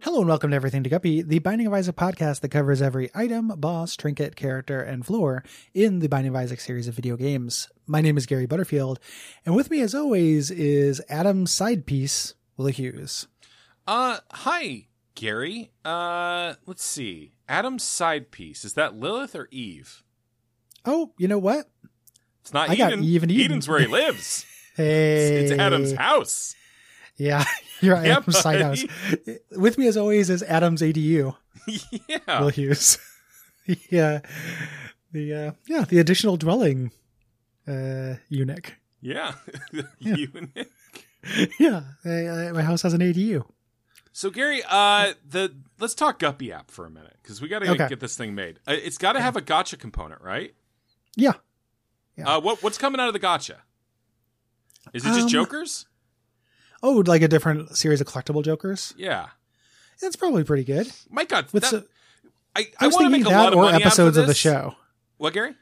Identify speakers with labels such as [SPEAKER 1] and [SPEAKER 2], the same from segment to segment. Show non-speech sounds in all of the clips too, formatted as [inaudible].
[SPEAKER 1] Hello and welcome to Everything to Guppy, the Binding of Isaac podcast that covers every item, boss, trinket, character, and floor in the Binding of Isaac series of video games. My name is Gary Butterfield, and with me as always is Adam Sidepiece, Willa Hughes.
[SPEAKER 2] Uh, hi, Gary. Uh, let's see. Adam's side piece is that Lilith or Eve?
[SPEAKER 1] Oh, you know what?
[SPEAKER 2] It's not
[SPEAKER 1] I
[SPEAKER 2] Eden.
[SPEAKER 1] got Eve and Eden.
[SPEAKER 2] Eden's where
[SPEAKER 1] [laughs]
[SPEAKER 2] he lives. It's-
[SPEAKER 1] Hey.
[SPEAKER 2] It's Adam's house. [laughs]
[SPEAKER 1] Yeah, [laughs] you're
[SPEAKER 2] Yeah,
[SPEAKER 1] Adam's Sidehouse. With me as always is Adam's ADU. Will
[SPEAKER 2] yeah.
[SPEAKER 1] Hughes. [laughs] the uh, the uh, yeah, the additional dwelling uh, eunuch. [laughs]
[SPEAKER 2] Yeah. [laughs]
[SPEAKER 1] Yeah.
[SPEAKER 2] you and him.
[SPEAKER 1] yeah, I, I, my house has an ADU.
[SPEAKER 2] So Gary, uh, the let's talk Guppy app for a minute because we got to
[SPEAKER 1] Okay.
[SPEAKER 2] get this thing made. Uh, It's got to have a gotcha component, right?
[SPEAKER 1] Yeah. Yeah.
[SPEAKER 2] Uh, what what's coming out of the gotcha? Is it just
[SPEAKER 1] Um,
[SPEAKER 2] jokers?
[SPEAKER 1] Oh, like a different series of collectible jokers.
[SPEAKER 2] Yeah.
[SPEAKER 1] That's probably pretty good.
[SPEAKER 2] My God,
[SPEAKER 1] With
[SPEAKER 2] that-
[SPEAKER 1] so-
[SPEAKER 2] I, I,
[SPEAKER 1] I was
[SPEAKER 2] want to
[SPEAKER 1] thinking
[SPEAKER 2] make a
[SPEAKER 1] that
[SPEAKER 2] lot of
[SPEAKER 1] or
[SPEAKER 2] money out
[SPEAKER 1] episodes
[SPEAKER 2] of,
[SPEAKER 1] of the
[SPEAKER 2] this.
[SPEAKER 1] show.
[SPEAKER 2] What, Gary?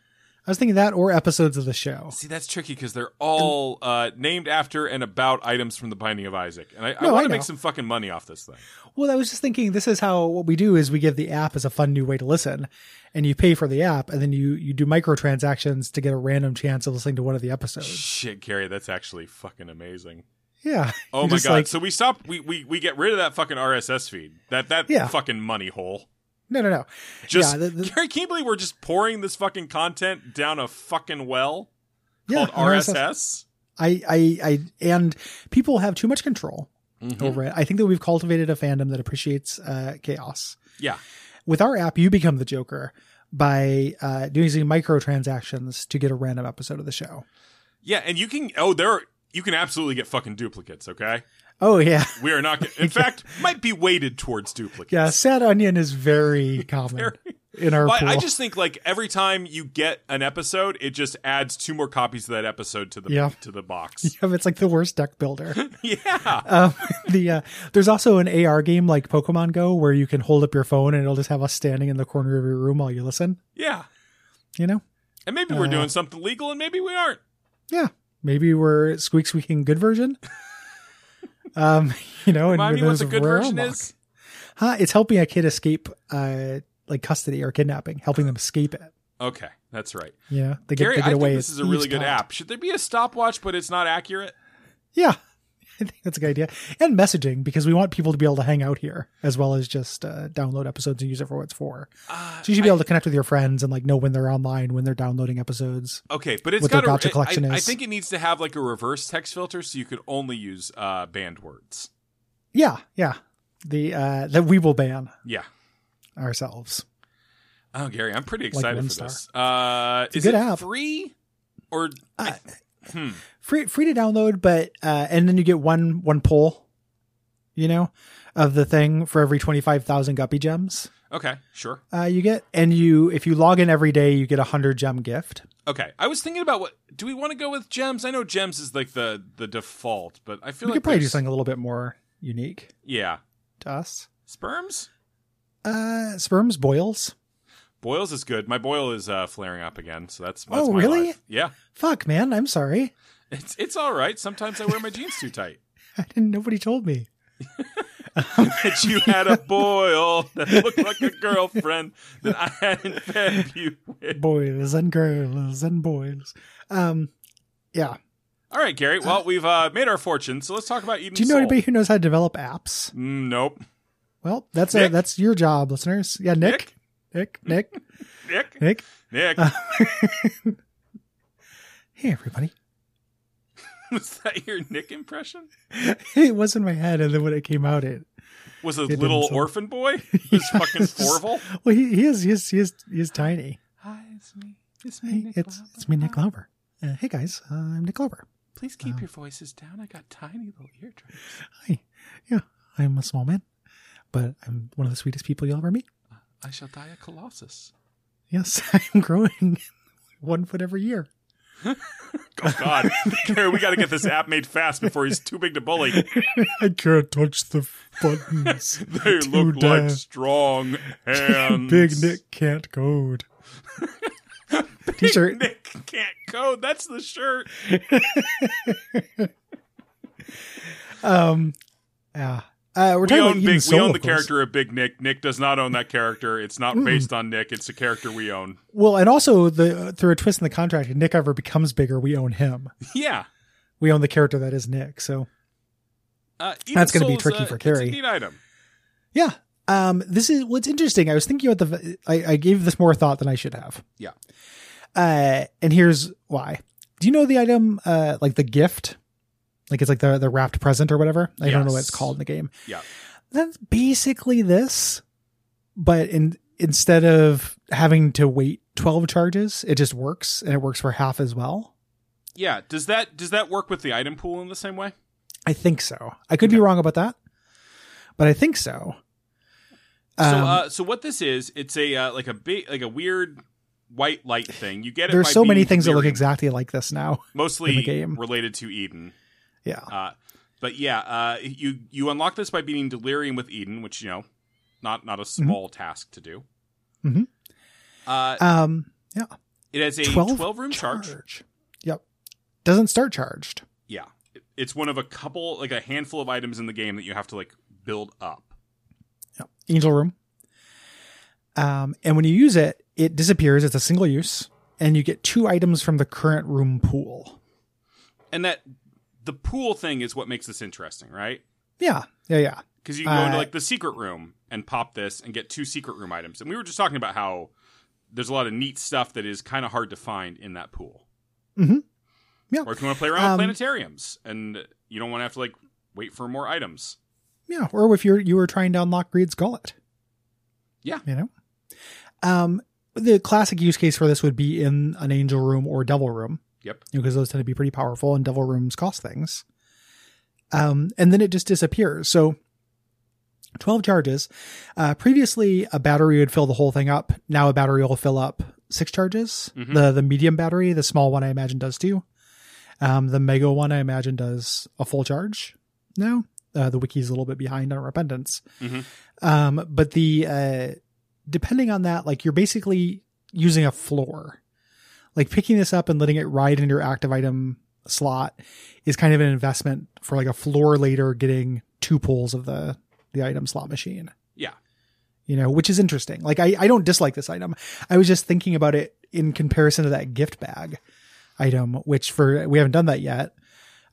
[SPEAKER 1] I was thinking that or episodes of the show.
[SPEAKER 2] See, that's tricky because they're all uh, named after and about items from the Binding of Isaac, and I, I
[SPEAKER 1] No,
[SPEAKER 2] want
[SPEAKER 1] I
[SPEAKER 2] to make
[SPEAKER 1] know.
[SPEAKER 2] some fucking money off this thing.
[SPEAKER 1] Well, I was just thinking this is how what we do is we give the app as a fun new way to listen, and you pay for the app, and then you you do microtransactions to get a random chance of listening to one of the episodes.
[SPEAKER 2] Shit, Gary, that's actually
[SPEAKER 1] [laughs]
[SPEAKER 2] fucking amazing.
[SPEAKER 1] Yeah.
[SPEAKER 2] Oh
[SPEAKER 1] You're
[SPEAKER 2] my
[SPEAKER 1] just
[SPEAKER 2] god!
[SPEAKER 1] like-
[SPEAKER 2] so we stop. We, we we get rid of that fucking RSS feed. That that
[SPEAKER 1] Yeah.
[SPEAKER 2] fucking money hole.
[SPEAKER 1] No, no, no.
[SPEAKER 2] Just
[SPEAKER 1] yeah, the- the-
[SPEAKER 2] Gary, can you believe we're just pouring this fucking content down a fucking well
[SPEAKER 1] yeah,
[SPEAKER 2] called
[SPEAKER 1] RSS.
[SPEAKER 2] RSS?
[SPEAKER 1] I, I, I, and people have too much control
[SPEAKER 2] Mhm.
[SPEAKER 1] over it. I think that we've cultivated a fandom that appreciates uh, chaos.
[SPEAKER 2] Yeah.
[SPEAKER 1] With our app, you become the Joker by uh, doing using microtransactions to get a random episode of the show.
[SPEAKER 2] Yeah, and you can. Oh, there. Are, you can absolutely get fucking duplicates. Okay,
[SPEAKER 1] Oh yeah, [laughs]
[SPEAKER 2] we are not. Get, in fact, might be weighted towards duplicates.
[SPEAKER 1] yeah. Sad onion is
[SPEAKER 2] [laughs]
[SPEAKER 1] very common in our
[SPEAKER 2] Well,
[SPEAKER 1] pool.
[SPEAKER 2] I- I just think like every time you get an episode, it just adds two more copies of that episode to the
[SPEAKER 1] Yeah.
[SPEAKER 2] to
[SPEAKER 1] [laughs]
[SPEAKER 2] the
[SPEAKER 1] [laughs]
[SPEAKER 2] box. [laughs]
[SPEAKER 1] Yeah, it's like the worst deck builder. [laughs]
[SPEAKER 2] yeah.
[SPEAKER 1] Um, the uh, there's also an AR game like Pokemon Go where you can hold up your phone and it'll just have us standing in the corner of your room while you listen.
[SPEAKER 2] Yeah.
[SPEAKER 1] You know,
[SPEAKER 2] And maybe we're
[SPEAKER 1] Uh,
[SPEAKER 2] doing something legal and maybe we aren't.
[SPEAKER 1] maybe we're squeak squeaking good
[SPEAKER 2] [laughs]
[SPEAKER 1] version. um, [laughs] you know, and
[SPEAKER 2] Remind me what
[SPEAKER 1] those
[SPEAKER 2] the good
[SPEAKER 1] rare
[SPEAKER 2] version
[SPEAKER 1] unlock.
[SPEAKER 2] is.
[SPEAKER 1] Huh? It's helping a kid escape, uh, like custody or kidnapping, helping them escape it.
[SPEAKER 2] Okay, that's right.
[SPEAKER 1] Yeah, they get,
[SPEAKER 2] Gary,
[SPEAKER 1] they
[SPEAKER 2] I
[SPEAKER 1] get away.
[SPEAKER 2] think this
[SPEAKER 1] as
[SPEAKER 2] is a really good
[SPEAKER 1] eavesdropped.
[SPEAKER 2] app. Should there be a stopwatch, but it's not accurate?
[SPEAKER 1] Yeah, [laughs] I think that's a good idea. And messaging because we want people to be able to hang out here as well as just uh, download episodes and use it for what it's for.
[SPEAKER 2] Uh,
[SPEAKER 1] So you should be able to connect with your friends and like know when they're online, when they're downloading episodes.
[SPEAKER 2] okay, but it's
[SPEAKER 1] what their
[SPEAKER 2] got a.
[SPEAKER 1] gotcha
[SPEAKER 2] it-
[SPEAKER 1] collection
[SPEAKER 2] I, I
[SPEAKER 1] is.
[SPEAKER 2] think it needs to have like a reverse text filter, so you could only use uh, banned words.
[SPEAKER 1] Yeah, yeah. The uh that we will ban
[SPEAKER 2] Yeah.
[SPEAKER 1] ourselves.
[SPEAKER 2] Oh, Gary, I'm pretty excited
[SPEAKER 1] one star.
[SPEAKER 2] for this. Uh,
[SPEAKER 1] a
[SPEAKER 2] is
[SPEAKER 1] good
[SPEAKER 2] it
[SPEAKER 1] app.
[SPEAKER 2] free or?
[SPEAKER 1] Uh,
[SPEAKER 2] Hmm.
[SPEAKER 1] Free free to download, but uh and then you get one one pull, you know, of the thing for every twenty five thousand guppy gems
[SPEAKER 2] Okay, sure.
[SPEAKER 1] uh you get. And you if you log in every day you get a hundred gem gift.
[SPEAKER 2] Okay, I was thinking about what do we want to go with gems? I know gems is like the the default, but I feel
[SPEAKER 1] we
[SPEAKER 2] like
[SPEAKER 1] could probably do
[SPEAKER 2] there's-
[SPEAKER 1] something a little bit more unique
[SPEAKER 2] Yeah,
[SPEAKER 1] to us.
[SPEAKER 2] sperms
[SPEAKER 1] Uh sperms, boils.
[SPEAKER 2] boils is good. My boil is uh, flaring up again, so that's, that's
[SPEAKER 1] Oh,
[SPEAKER 2] my
[SPEAKER 1] really?
[SPEAKER 2] life. Yeah,
[SPEAKER 1] Fuck man, I'm sorry.
[SPEAKER 2] it's it's all right. Sometimes I wear my jeans too tight. [laughs]
[SPEAKER 1] I didn't nobody told me.
[SPEAKER 2] That you had a boil that looked like a girlfriend that I hadn't fed you with.
[SPEAKER 1] Boils and girls and boils. Um yeah.
[SPEAKER 2] All right, Gary. Well, we've uh, made our fortune, so let's talk about eating. Mm,
[SPEAKER 1] Do you know anybody who knows how to develop apps?
[SPEAKER 2] nope.
[SPEAKER 1] Well, that's a,
[SPEAKER 2] Nick?
[SPEAKER 1] that's your job, listeners. Yeah, Nick, Nick, Nick,
[SPEAKER 2] Nick.
[SPEAKER 1] Nick.
[SPEAKER 2] Nick.
[SPEAKER 1] Uh, hey, everybody.
[SPEAKER 2] [laughs] was that your Nick impression?
[SPEAKER 1] [laughs] It was in my head, and then when it came out, it
[SPEAKER 2] Was a
[SPEAKER 1] didn't
[SPEAKER 2] little
[SPEAKER 1] sound- [laughs]
[SPEAKER 2] orphan boy? Was fucking Forval?
[SPEAKER 1] Well, he, he is he is he is he is tiny.
[SPEAKER 2] Hi, it's me. It's
[SPEAKER 1] Hey, it's it's me, Nick Lauber. Uh, hey guys, uh, I'm Nick Lauber.
[SPEAKER 2] Please
[SPEAKER 1] keep
[SPEAKER 2] your voices down. I got tiny little eardrums.
[SPEAKER 1] Hi. Yeah, I'm a small man, but I'm one of the sweetest people you'll ever meet.
[SPEAKER 2] I shall die a colossus.
[SPEAKER 1] Yes, [laughs] I'm growing one foot every year.
[SPEAKER 2] Oh [laughs] God, Gary, we got to get this app made fast before he's too big to [laughs] bully.
[SPEAKER 1] I can't touch the buttons.
[SPEAKER 2] [laughs] They
[SPEAKER 1] Too
[SPEAKER 2] look
[SPEAKER 1] damn.
[SPEAKER 2] like strong
[SPEAKER 1] [laughs]
[SPEAKER 2] hands.
[SPEAKER 1] Big Nick can't code.
[SPEAKER 2] [laughs] Big
[SPEAKER 1] T-shirt.
[SPEAKER 2] Nick can't code. That's the shirt.
[SPEAKER 1] um yeah Uh, we're
[SPEAKER 2] We
[SPEAKER 1] talking about
[SPEAKER 2] own
[SPEAKER 1] Eden
[SPEAKER 2] Big.
[SPEAKER 1] Soul,
[SPEAKER 2] We own
[SPEAKER 1] of
[SPEAKER 2] the
[SPEAKER 1] course.
[SPEAKER 2] character of Big Nick. Nick does not own that character. It's not based on Nick. It's a character we own. [laughs]
[SPEAKER 1] Well, and also the through a twist in the contract, if Nick ever becomes bigger, we own him.
[SPEAKER 2] Yeah,
[SPEAKER 1] We own the character that is Nick. So
[SPEAKER 2] uh,
[SPEAKER 1] That's gonna be
[SPEAKER 2] Soul's,
[SPEAKER 1] tricky
[SPEAKER 2] uh,
[SPEAKER 1] for
[SPEAKER 2] It's
[SPEAKER 1] Carrie.
[SPEAKER 2] a neat item.
[SPEAKER 1] yeah, um, this is what's interesting. I was thinking about the. I, I gave this more thought than I should have.
[SPEAKER 2] Yeah.
[SPEAKER 1] Uh, and here's why. Do you know the item, uh, like the gift, like it's like the the wrapped present or whatever? I don't know what
[SPEAKER 2] Yes.
[SPEAKER 1] it's called in the game.
[SPEAKER 2] Yeah.
[SPEAKER 1] That's basically this, but in instead of having to wait twelve charges, it just works, and it works for half as well.
[SPEAKER 2] Yeah. Does that does that work with the item pool in the same way?
[SPEAKER 1] I think so. I could be wrong about that, but I think so.
[SPEAKER 2] so,
[SPEAKER 1] Um,
[SPEAKER 2] uh, so what this is? It's a uh, like a big like a weird white light thing. You get it.
[SPEAKER 1] there's
[SPEAKER 2] by
[SPEAKER 1] so many
[SPEAKER 2] being
[SPEAKER 1] things that look
[SPEAKER 2] Lyrian,
[SPEAKER 1] exactly like this
[SPEAKER 2] [laughs]
[SPEAKER 1] now.
[SPEAKER 2] mostly
[SPEAKER 1] in the game.
[SPEAKER 2] related to Eden.
[SPEAKER 1] Yeah.
[SPEAKER 2] Uh, but yeah, uh, you you unlock this by beating Delirium with Eden, which you know, not not a
[SPEAKER 1] Mm-hmm.
[SPEAKER 2] small task to do.
[SPEAKER 1] Mhm.
[SPEAKER 2] Uh,
[SPEAKER 1] Um.
[SPEAKER 2] it has a
[SPEAKER 1] 12
[SPEAKER 2] twelve, room charge.
[SPEAKER 1] Um, Yep. Doesn't start charged.
[SPEAKER 2] Yeah, It- it's one of a couple like a handful of items in the game that you have to like build up.
[SPEAKER 1] Angel room. Um. And when you use it, it disappears. It's a single use, and you get two items from the current room pool.
[SPEAKER 2] And that the pool thing is what makes this interesting, right?
[SPEAKER 1] Yeah. Yeah. Yeah.
[SPEAKER 2] Because you can go into
[SPEAKER 1] Uh,
[SPEAKER 2] like the secret room and pop this and get two secret room items. And we were just talking about how there's a lot of neat stuff that is kind of hard to find in that pool.
[SPEAKER 1] Mhm. Yeah.
[SPEAKER 2] Or if you want to play around
[SPEAKER 1] Um,
[SPEAKER 2] with planetariums and you don't want to have to like wait for more items.
[SPEAKER 1] Yeah, or if you're you were trying to unlock Greed's gullet.
[SPEAKER 2] Yeah.
[SPEAKER 1] You know? Um the classic use case for this would be in an angel room or devil room.
[SPEAKER 2] Yep.
[SPEAKER 1] You know, because those tend to be pretty powerful and devil rooms cost things. Um, and then it just disappears. So 12 charges. Uh, previously, a battery would fill the whole thing up. Now a battery will fill up six charges.
[SPEAKER 2] Mhm.
[SPEAKER 1] The the medium battery, the small one, I imagine does too. Um, the mega one, I imagine, does a full charge now. Uh, the wiki's a little bit behind on repentance.
[SPEAKER 2] Mhm.
[SPEAKER 1] Um, but the uh, depending on that, like you're basically using a floor. Like picking this up and letting it ride in your active item slot is kind of an investment for like a floor later getting two pulls of the the item slot machine.
[SPEAKER 2] Yeah.
[SPEAKER 1] You know, which is interesting. Like I, I don't dislike this item. I was just thinking about it in comparison to that gift bag item, which for we haven't done that yet,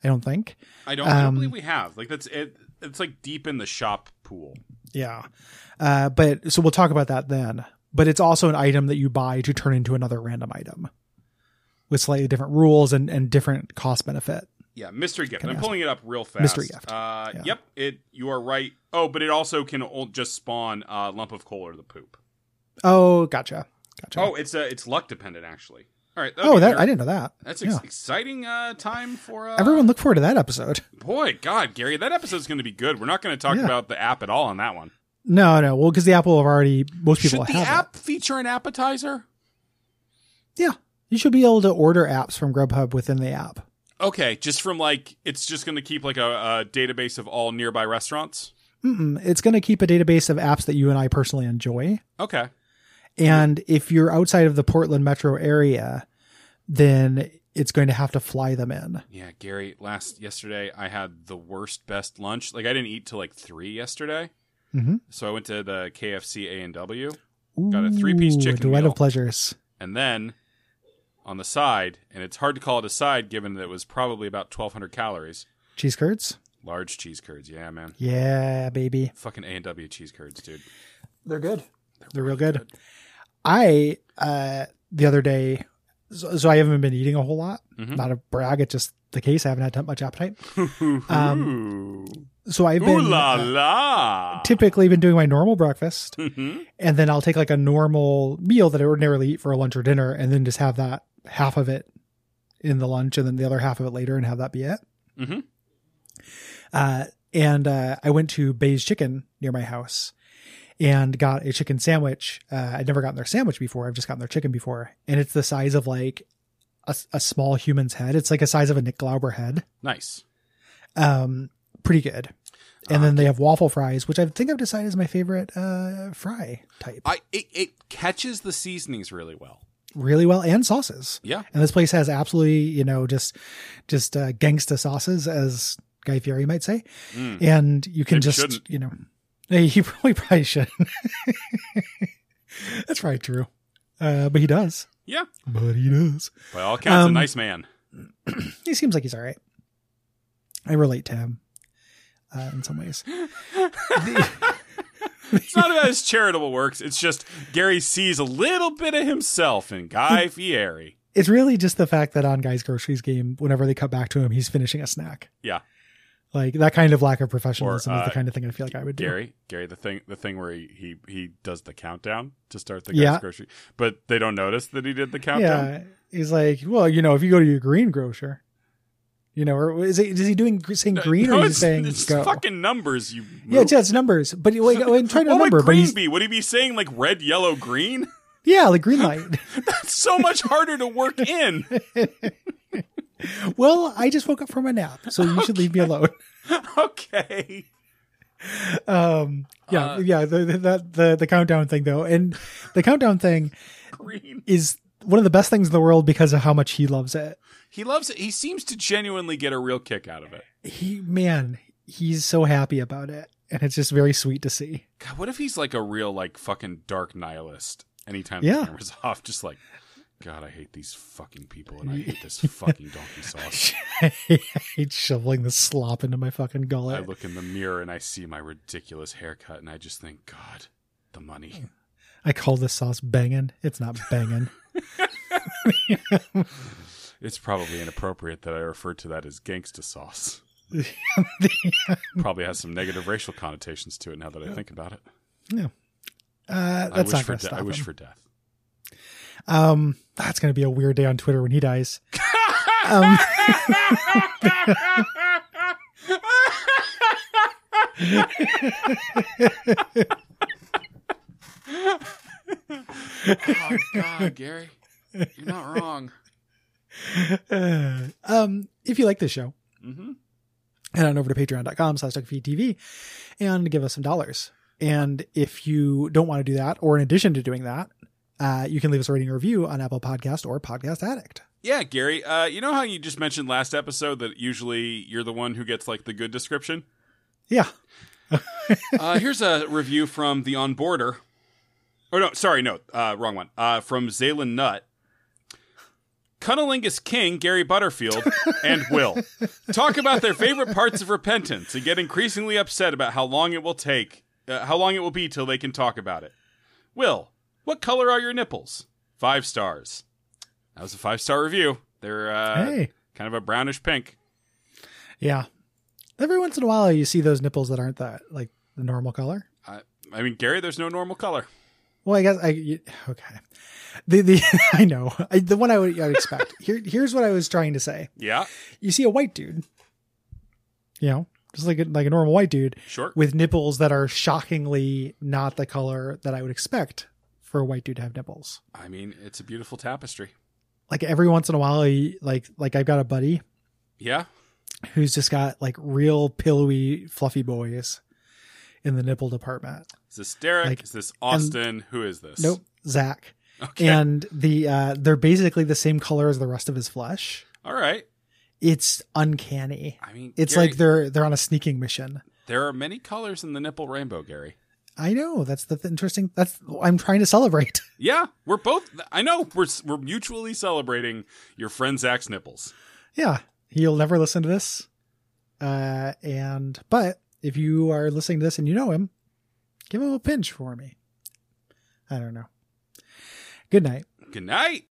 [SPEAKER 1] I don't think.
[SPEAKER 2] I don't, I don't
[SPEAKER 1] Um,
[SPEAKER 2] believe we have. Like that's it, it's like deep in the shop pool.
[SPEAKER 1] Yeah. Uh, but so we'll talk about that then. But it's also an item that you buy to turn into another random item with slightly different rules and, and different cost benefit.
[SPEAKER 2] Yeah, mystery gift.
[SPEAKER 1] Can
[SPEAKER 2] I'm
[SPEAKER 1] ask.
[SPEAKER 2] pulling it up real fast.
[SPEAKER 1] Mystery gift.
[SPEAKER 2] Uh,
[SPEAKER 1] Yeah.
[SPEAKER 2] Yep. It. You are right. Oh, but it also can o- just spawn a lump of coal or the poop.
[SPEAKER 1] Oh, gotcha. Gotcha.
[SPEAKER 2] Oh, it's uh, it's luck dependent actually. All right.
[SPEAKER 1] Oh, that
[SPEAKER 2] there-
[SPEAKER 1] I didn't know that.
[SPEAKER 2] That's ex-
[SPEAKER 1] Yeah.
[SPEAKER 2] exciting uh, time for uh,
[SPEAKER 1] Everyone look forward to that episode.
[SPEAKER 2] Boy, God, Gary, that episode's going to be good. We're not going to talk
[SPEAKER 1] Yeah.
[SPEAKER 2] about the app at all on that one.
[SPEAKER 1] No, no. Well, because the Apple have already most people
[SPEAKER 2] Should the
[SPEAKER 1] have it.
[SPEAKER 2] app feature an appetizer?
[SPEAKER 1] Yeah, you should be able to order apps from Grubhub within the app.
[SPEAKER 2] Okay, just from like it's just going to keep like a, a database of all nearby restaurants.
[SPEAKER 1] Mm-mm. It's going to keep a database of apps that you and I personally enjoy.
[SPEAKER 2] Okay,
[SPEAKER 1] And if you're outside of the Portland metro area, then it's going to have to fly them in.
[SPEAKER 2] yeah, Gary. Last yesterday, I had the worst best lunch. Like I didn't eat till like three yesterday,
[SPEAKER 1] Mhm.
[SPEAKER 2] so I went to the KFC A and W,
[SPEAKER 1] Ooh,
[SPEAKER 2] Got a three-piece chicken
[SPEAKER 1] Delight
[SPEAKER 2] meal.
[SPEAKER 1] of pleasures.
[SPEAKER 2] and then on the side, and it's hard to call it a side given that it was probably about twelve hundred calories.
[SPEAKER 1] Cheese curds.
[SPEAKER 2] Large cheese curds, yeah, man.
[SPEAKER 1] Yeah, baby.
[SPEAKER 2] Fucking A and W cheese curds, dude.
[SPEAKER 1] They're good. They're real good.
[SPEAKER 2] [laughs]
[SPEAKER 1] I uh the other day, so, so I haven't been eating a whole lot.
[SPEAKER 2] Mhm.
[SPEAKER 1] Not a brag. It's just the case. I haven't had that much appetite.
[SPEAKER 2] Um,
[SPEAKER 1] So I've
[SPEAKER 2] Ooh
[SPEAKER 1] been
[SPEAKER 2] la
[SPEAKER 1] uh,
[SPEAKER 2] la.
[SPEAKER 1] typically been doing my normal breakfast.
[SPEAKER 2] Mhm.
[SPEAKER 1] and then I'll take like a normal meal that I ordinarily eat for a lunch or dinner, and then just have that half of it in the lunch, and then the other half of it later, and have that be it.
[SPEAKER 2] Mhm.
[SPEAKER 1] Uh, and uh, I went to Bay's Chicken near my house and got a chicken sandwich. Uh, I'd never gotten their sandwich before; I've just gotten their chicken before, and it's the size of like a, s- a small human's head. It's like a size of a Nick Glauber head.
[SPEAKER 2] Nice.
[SPEAKER 1] Um, pretty good. And
[SPEAKER 2] Uh,
[SPEAKER 1] then they have waffle fries, which I think I've decided is my favorite uh, fry type.
[SPEAKER 2] I it, it catches the seasonings really well.
[SPEAKER 1] really well and sauces.
[SPEAKER 2] Yeah.
[SPEAKER 1] And this place has absolutely, you know, just just uh, gangsta sauces as Guy Fieri might say,
[SPEAKER 2] Mm.
[SPEAKER 1] and you can
[SPEAKER 2] Maybe
[SPEAKER 1] just
[SPEAKER 2] shouldn't.
[SPEAKER 1] you know, [laughs] hey, he probably probably should. [laughs] That's probably true, uh, but he does.
[SPEAKER 2] Yeah.
[SPEAKER 1] but he does.
[SPEAKER 2] By all counts,
[SPEAKER 1] Um,
[SPEAKER 2] a nice man.
[SPEAKER 1] He seems like he's all right. I relate to him uh, in some
[SPEAKER 2] [laughs]
[SPEAKER 1] ways.
[SPEAKER 2] It's not about his charitable works. It's just Gary sees a little bit of himself
[SPEAKER 1] [laughs]
[SPEAKER 2] in Guy Fieri.
[SPEAKER 1] It's really just the fact that on Guy's groceries game, whenever they cut back to him, he's finishing a snack.
[SPEAKER 2] Yeah.
[SPEAKER 1] Like that kind of lack of professionalism
[SPEAKER 2] Or,
[SPEAKER 1] is the
[SPEAKER 2] uh,
[SPEAKER 1] kind of thing I feel like I would do.
[SPEAKER 2] Gary, Gary, the thing, the thing where he he, he does the countdown to start the guy's
[SPEAKER 1] Yeah.
[SPEAKER 2] grocery, but they don't notice that he did the countdown.
[SPEAKER 1] yeah. He's like, well, you know, if you go to your green grocer, you know, or is, it, is he doing saying green
[SPEAKER 2] no,
[SPEAKER 1] or is he
[SPEAKER 2] it's,
[SPEAKER 1] saying
[SPEAKER 2] it's
[SPEAKER 1] go?
[SPEAKER 2] fucking numbers. You
[SPEAKER 1] yeah,
[SPEAKER 2] moot.
[SPEAKER 1] it's, yeah, it's numbers, but
[SPEAKER 2] [laughs]
[SPEAKER 1] like, I'm trying to
[SPEAKER 2] what
[SPEAKER 1] remember.
[SPEAKER 2] would
[SPEAKER 1] But
[SPEAKER 2] green
[SPEAKER 1] he's,
[SPEAKER 2] be? Would he be saying like red, yellow, green? [laughs]
[SPEAKER 1] yeah, like green light.
[SPEAKER 2] That's so much harder to work in. [laughs]
[SPEAKER 1] well, I just woke up from a nap, so you should leave me alone.
[SPEAKER 2] Okay.
[SPEAKER 1] Um, yeah,
[SPEAKER 2] Uh,
[SPEAKER 1] yeah, the, the, that- the the countdown thing though, and the countdown thing
[SPEAKER 2] Green.
[SPEAKER 1] is one of the best things in the world because of how much he loves it.
[SPEAKER 2] He loves it. He seems to genuinely get a real kick out of it.
[SPEAKER 1] He man, he's so happy about it, and it's just very sweet to see. [laughs]
[SPEAKER 2] God, what if he's like a real like fucking dark nihilist? Anytime
[SPEAKER 1] Yeah.
[SPEAKER 2] the camera's [laughs] off, just like, God, I hate these fucking people, and I hate this fucking donkey sauce.
[SPEAKER 1] I hate shoveling the slop into my fucking
[SPEAKER 2] I
[SPEAKER 1] gullet.
[SPEAKER 2] look in the mirror and I see my ridiculous haircut, and I just think, God, the money.
[SPEAKER 1] I call this sauce bangin'. It's not
[SPEAKER 2] [laughs]
[SPEAKER 1] bangin'. [laughs]
[SPEAKER 2] It's probably inappropriate that I refer to that as gangsta sauce.
[SPEAKER 1] Uh,
[SPEAKER 2] Probably has some negative racial connotations to it now that I think about it.
[SPEAKER 1] Uh,
[SPEAKER 2] I
[SPEAKER 1] that's
[SPEAKER 2] wish
[SPEAKER 1] not
[SPEAKER 2] for
[SPEAKER 1] gonna
[SPEAKER 2] de-
[SPEAKER 1] stop
[SPEAKER 2] I wish
[SPEAKER 1] him.
[SPEAKER 2] for death.
[SPEAKER 1] Um, that's gonna be a weird day on Twitter when he
[SPEAKER 2] [laughs]
[SPEAKER 1] dies. um, [laughs]
[SPEAKER 2] oh God, Gary, you're not wrong.
[SPEAKER 1] uh, um, if you like this show,
[SPEAKER 2] Mm-hmm.
[SPEAKER 1] head on over to patreon.com slash TV and give us some dollars. And if you don't want to do that, or in addition to doing that, uh, you can leave us a rating or review on Apple Podcast or Podcast Addict.
[SPEAKER 2] Yeah, Gary. Uh, you know how you just mentioned last episode that usually you're the one who gets like the good description.
[SPEAKER 1] Yeah.
[SPEAKER 2] [laughs] uh, here's a review from the on border. Oh no, sorry, no, uh, wrong one. Uh, from Zaylin Nutt. Cunnilingus King, Gary Butterfield, [laughs] and Will talk about their favorite parts of repentance and get increasingly upset about how long it will take, uh, how long it will be till they can talk about it. Will, what color are your nipples? Five stars. That was a five star review. They're uh,
[SPEAKER 1] hey.
[SPEAKER 2] kind of a brownish pink.
[SPEAKER 1] Yeah. Every once in a while, you see those nipples that aren't that, like the normal color.
[SPEAKER 2] I mean, Gary, there's no normal color.
[SPEAKER 1] Well, I guess I you- okay. The the [laughs] I know I, the one I would, I would expect. Here here's what I was trying to say.
[SPEAKER 2] Yeah,
[SPEAKER 1] You see a white dude, you know, just like a, like a normal white dude,
[SPEAKER 2] sure.
[SPEAKER 1] with nipples that are shockingly not the color that I would expect for a white dude to have nipples.
[SPEAKER 2] I mean, it's a beautiful tapestry.
[SPEAKER 1] Like every once in a while, he, like like I've got a buddy
[SPEAKER 2] Yeah.
[SPEAKER 1] who's just got like real pillowy, fluffy boys in the nipple department.
[SPEAKER 2] Is this Derek?
[SPEAKER 1] Like,
[SPEAKER 2] is this Austin? Who is this?
[SPEAKER 1] Nope, Zach,
[SPEAKER 2] [laughs] Okay.
[SPEAKER 1] and the uh, they're basically the same color as the rest of his flesh.
[SPEAKER 2] All right.
[SPEAKER 1] It's uncanny.
[SPEAKER 2] I mean,
[SPEAKER 1] It's
[SPEAKER 2] Gary,
[SPEAKER 1] like they're they're on a sneaking mission.
[SPEAKER 2] there are many colors in the nipple rainbow, Gary.
[SPEAKER 1] I know that's the th- interesting. That's I'm trying to celebrate. [laughs]
[SPEAKER 2] Yeah, we're both. I know we're we're mutually celebrating your friend Zach's nipples.
[SPEAKER 1] yeah he'll never listen to this uh and but if you are listening to this and you know him give him a pinch for me i don't know good night
[SPEAKER 2] Good night.